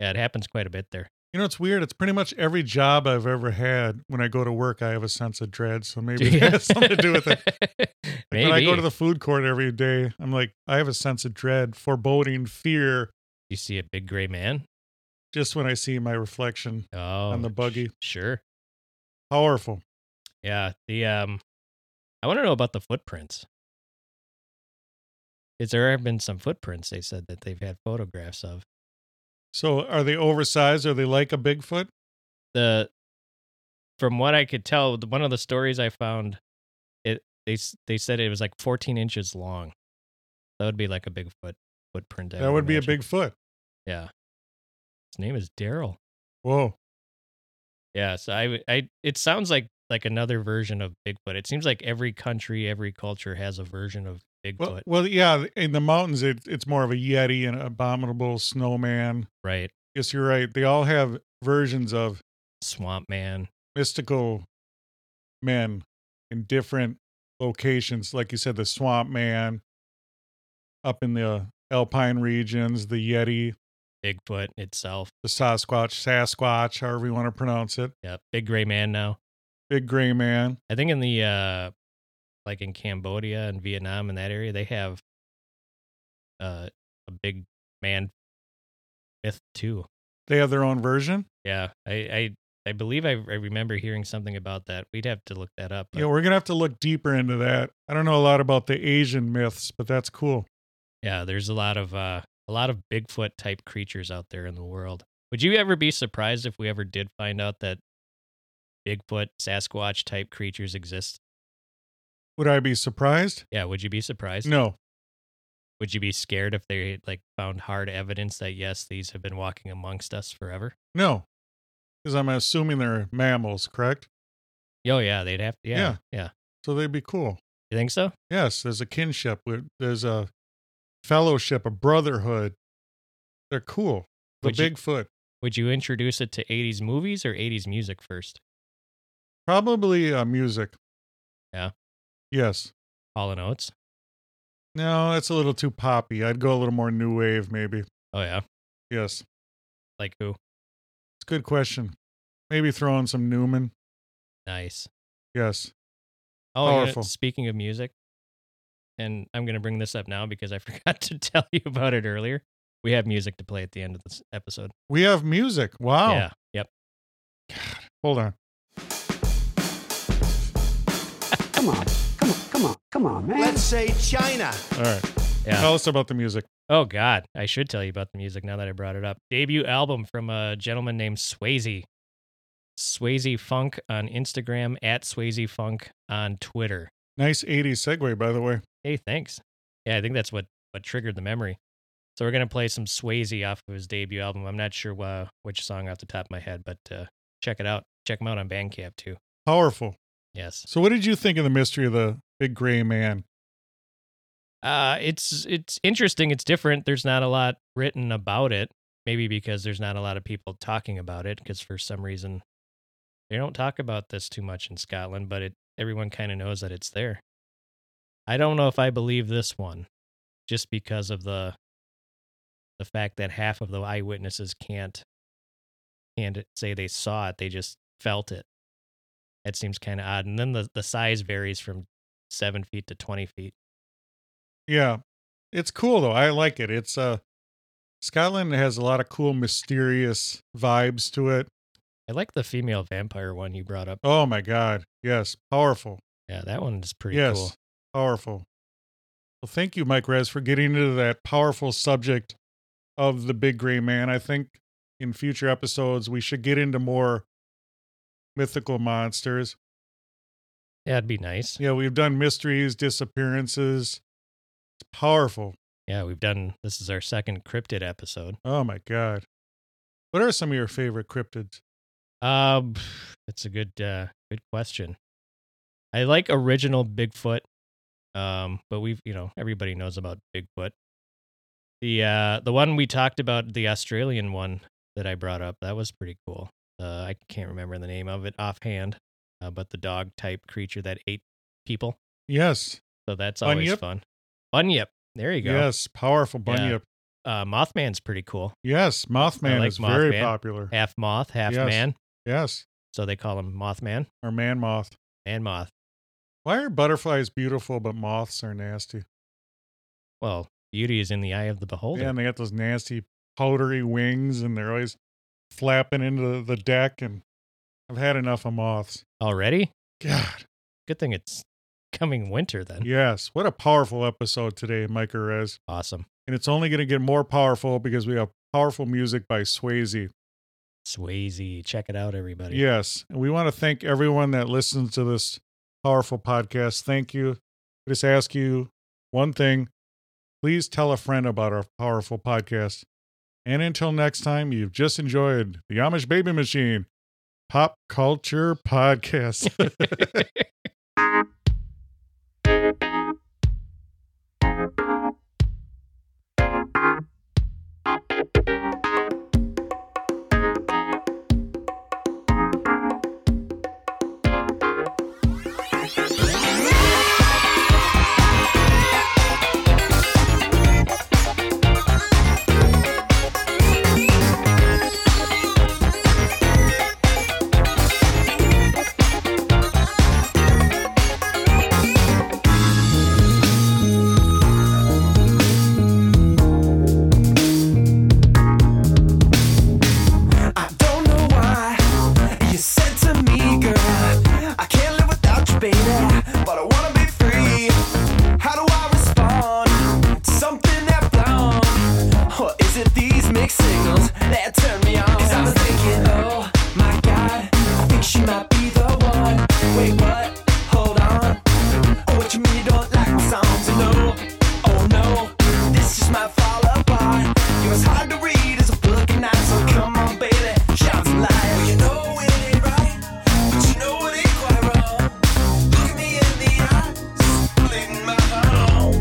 Speaker 2: yeah, it happens quite a bit there.
Speaker 1: You know, it's weird. It's pretty much every job I've ever had. When I go to work, I have a sense of dread. So maybe it has something to do with it. Like
Speaker 2: Maybe.
Speaker 1: when I go to the food court every day, I'm like, I have a sense of dread, foreboding, fear,
Speaker 2: you see a big gray man.
Speaker 1: just when I see my reflection.
Speaker 2: Oh,
Speaker 1: the buggy.
Speaker 2: sh- Sure.
Speaker 1: Powerful.
Speaker 2: Yeah. The um, I want to know about the footprints. Is there have been some footprints they said that they've had photographs of
Speaker 1: So are they oversized? Are they like a Bigfoot?
Speaker 2: the? From what I could tell, the- one of the stories I found, it they s- they said it was like 14 inches long. That would be like a big foot footprint. I
Speaker 1: that would be a
Speaker 2: imagine.
Speaker 1: Bigfoot.
Speaker 2: Yeah. His name is Daryl.
Speaker 1: Whoa.
Speaker 2: Yeah, so I, w- I, it sounds like like another version of Bigfoot. It seems like every country, every culture has a version of Bigfoot,
Speaker 1: Well, well, yeah. In the mountains, it, it's more of a Yeti, an abominable snowman.
Speaker 2: right?
Speaker 1: Yes, you're right. They all have versions of
Speaker 2: Swamp Man,
Speaker 1: mystical men in different locations. Like you said, the swamp man up in the alpine regions, the Yeti,
Speaker 2: Bigfoot itself.
Speaker 1: the Sasquatch, Sasquatch, however you want to pronounce it,
Speaker 2: Yeah, Big Gray Man now.
Speaker 1: big gray man.
Speaker 2: I think in the uh like in Cambodia and Vietnam and that area, they have uh a big man myth too.
Speaker 1: They have their own version.
Speaker 2: Yeah, I I I believe I, I remember hearing something about that. We'd have to look that up. but-
Speaker 1: Yeah, we're going to have to look deeper into that. I don't know a lot about the Asian myths, but that's cool.
Speaker 2: Yeah, there's a lot of uh, a lot of Bigfoot type creatures out there in the world. Would you ever be surprised if we ever did find out that Bigfoot, Sasquatch type creatures exist?
Speaker 1: Would I be surprised?
Speaker 2: Yeah, would you be surprised?
Speaker 1: No.
Speaker 2: Would you be scared if they like found hard evidence that yes, these have been walking amongst us forever?
Speaker 1: No. Because I'm assuming they're mammals, correct?
Speaker 2: Oh yeah, they'd have yeah. Yeah.
Speaker 1: Yeah. So they'd be cool.
Speaker 2: You think so?
Speaker 1: Yes, there's a kinship. we- There's a fellowship, a brotherhood. They're cool. The
Speaker 2: Would you-
Speaker 1: Bigfoot.
Speaker 2: Would you introduce it to 80s movies or 80s music first?
Speaker 1: Probably uh, music.
Speaker 2: Yeah.
Speaker 1: Yes.
Speaker 2: Hall and Oates?
Speaker 1: No, that's a little too poppy. I'd go a little more new wave, maybe.
Speaker 2: Oh yeah.
Speaker 1: Yes.
Speaker 2: Like who?
Speaker 1: It's a good question. Maybe throw in some Newman.
Speaker 2: Nice.
Speaker 1: Yes.
Speaker 2: Oh, you know,
Speaker 1: Powerful.
Speaker 2: speaking of music, and I'm going to bring this up now because I forgot to tell you about it earlier. We have music to play at the end of this episode.
Speaker 1: We have music. Wow.
Speaker 2: Yeah. Yep.
Speaker 1: Hold on.
Speaker 4: Come on, come on, come on, come on, man.
Speaker 3: Let's say China.
Speaker 1: All right.
Speaker 2: Yeah.
Speaker 1: Tell us about the music.
Speaker 2: Oh, God. I should tell you about the music now that I brought it up. Debut album from a gentleman named Swayze. Swayze Funk on Instagram, at Swayze Funk on Twitter.
Speaker 1: Nice 80s segue, by the way.
Speaker 2: Hey, thanks. Yeah, I think that's what, what triggered the memory. So we're going to play some Swayze off of his debut album. I'm not sure uh, which song off the top of my head, but uh, check it out. Check him out on Bandcamp, too.
Speaker 1: Powerful.
Speaker 2: Yes.
Speaker 1: So, what did you think of the mystery of the big gray man?
Speaker 2: Uh it's it's interesting, it's different. There's not a lot written about it, maybe because there's not a lot of people talking about it because for some reason they don't talk about this too much in Scotland, but it everyone kind of knows that it's there. I don't know if I believe this one just because of the the fact that half of the eyewitnesses can't can't say they saw it, they just felt it. That seems kind of odd. And then the the size varies from 7 feet to 20 feet.
Speaker 1: Yeah. It's cool though. I like it. It's uh Scotland has a lot of cool mysterious vibes to it.
Speaker 2: I like the female vampire one you brought up.
Speaker 1: Oh my god. Yes, powerful.
Speaker 2: Yeah, that one is pretty
Speaker 1: yes.
Speaker 2: cool.
Speaker 1: Powerful. Well, thank you Mike Rez for getting into that powerful subject of the big gray man. I think in future episodes we should get into more mythical monsters.
Speaker 2: Yeah, it'd be nice.
Speaker 1: Yeah, we've done mysteries, disappearances. It's powerful.
Speaker 2: Yeah, we've done this is our second cryptid episode.
Speaker 1: Oh my god. What are some of your favorite cryptids?
Speaker 2: Um, that's a good uh good question. I like original Bigfoot. Um, but we've you know, everybody knows about Bigfoot. The uh the one we talked about, the Australian one that I brought up, that was pretty cool. Uh I can't remember the name of it offhand, uh, but the dog type creature that ate people.
Speaker 1: Yes.
Speaker 2: So that's always
Speaker 1: Bunyip?
Speaker 2: fun. Bunyip. There you go.
Speaker 1: Yes. Powerful bunyip.
Speaker 2: Uh Mothman's pretty cool.
Speaker 1: Yes. Mothman
Speaker 2: like Eh.
Speaker 1: is very
Speaker 2: Mothman.
Speaker 1: popular.
Speaker 2: Half moth, half
Speaker 1: Yes.
Speaker 2: man.
Speaker 1: Yes.
Speaker 2: So they call him Mothman
Speaker 1: Or man moth.
Speaker 2: and Moth.
Speaker 1: Why are butterflies beautiful but moths are nasty?
Speaker 2: Well, beauty is in the eye of the beholder.
Speaker 1: Yeah, and they got those nasty powdery wings and they're always flapping into the deck and I've had enough of moths.
Speaker 2: Already?
Speaker 1: God.
Speaker 2: Good thing it's coming winter then.
Speaker 1: Yes. What a powerful episode today, Mike Perez.
Speaker 2: Awesome.
Speaker 1: and it's only going to get more powerful because we have powerful music by Swayze.
Speaker 2: Swayze. Check it out, everybody.
Speaker 1: Yes, and we want to thank everyone that listens to this powerful podcast. Thank you. I just ask you one thing: please tell a friend about our powerful podcast. And until next time, you've just enjoyed the Amish Baby Machine Pop Culture Podcast.
Speaker 5: I don't know why you said to me, girl, I can't live without you, baby, but I wanna be free. How do I respond to something that blown? Or is it these mixed signals that turn me on? Cause I was thinking, oh my god, I think she might be the one. Wait, what? Hold on. Oh, what you mean you don't like my songs? No, oh no, this is my fall apart. You're as hard to read as a book at night, so come on, baby, shine some light. Well, you know it ain't right, but you know it ain't quite wrong. Look me in the eye, split my heart.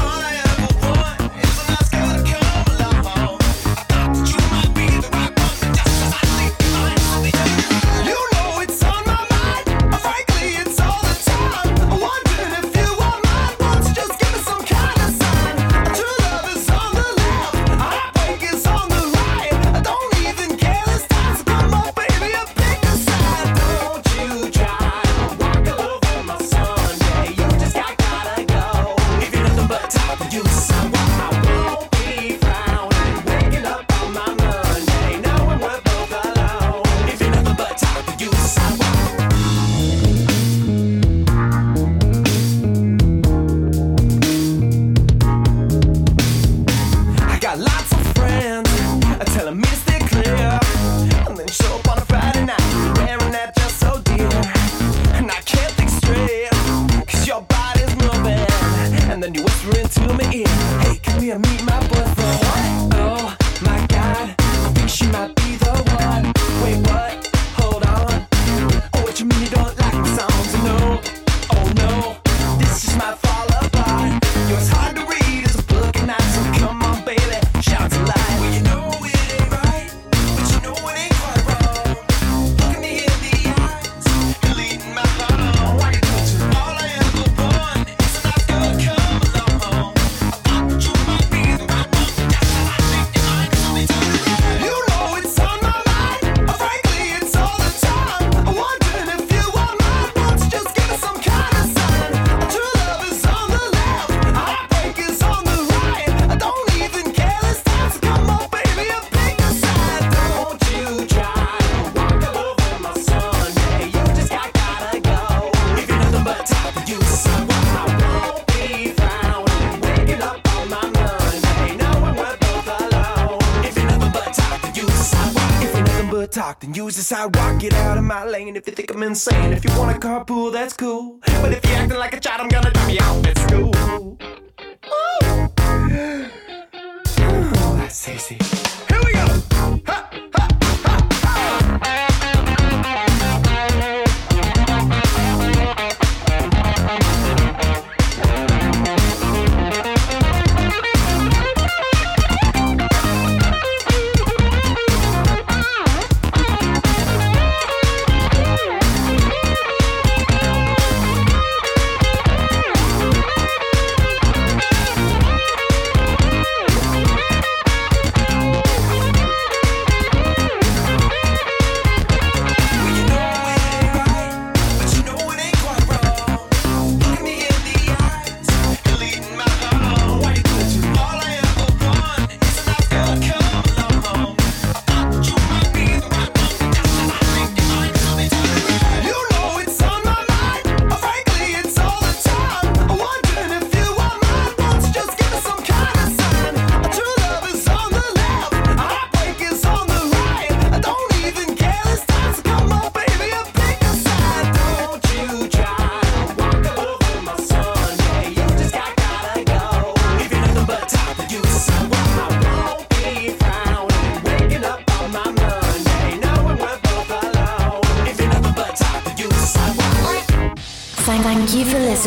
Speaker 5: All I ever want is a nice girl to come along. I thought that you might be the right one, but just as I think I'm you know it's on my mind. Frankly, it's all the time. I'm wondering if you are mine. Won't you just give me some kind of sign? True love is on the left, heartbreak is on the right. I don't even care this time. So come on, baby, and pick a side. Don't you try to walk over my Sunday. You just got gotta go. If you're nothing but top of you, someone I won't be frowning. Waking up on my Monday, knowing we're both alone. If you're nothing but top of you, someone. I got lots of friends uh, telling me to stay clear. And then you show up on a Friday night, wearing that dress so dear. And I can't think straight, cause your body's moving. And then you whisper into my ear, hey, come here, meet my boyfriend. What? Oh my god, I think she might be the one. Wait, what? Hold on. Oh, what you mean you don't like my songs? No, oh no, this is my fall apart. Yours hard to read as a book and I so come on, baby, shout to light. Well, you know it ain't right, but you know it ain't quite wrong. Looking me in the eyes, deleting my heart. Why you don't you? All I ever want is a nice girl to come along. I thought that you might be the right one, but that's how I think you might be You know it's on my mind, frankly it's all the time. I'm wondering if you are mine. Won't you just give me some kind of sign? True love is on the left, heartbreak is on the right. I don't even care this time, so come on, baby, and pick a side. Don't you try to walk over my Sunday. You just got gotta go. If you're nothing but top of you, someone I won't be found. Waking up on my Monday, knowing we're both alone. If you're nothing but top of you, someone. If you're nothing but talk, then use the sidewalk. Get out of my lane if you think I'm insane. If you want a carpool, that's cool. But if you're acting like a child, I'm gonna dump you out at school. Ooh. Ooh, that's sexy. Here we go. Ha, ha, ha, ha.
Speaker 6: Thank you for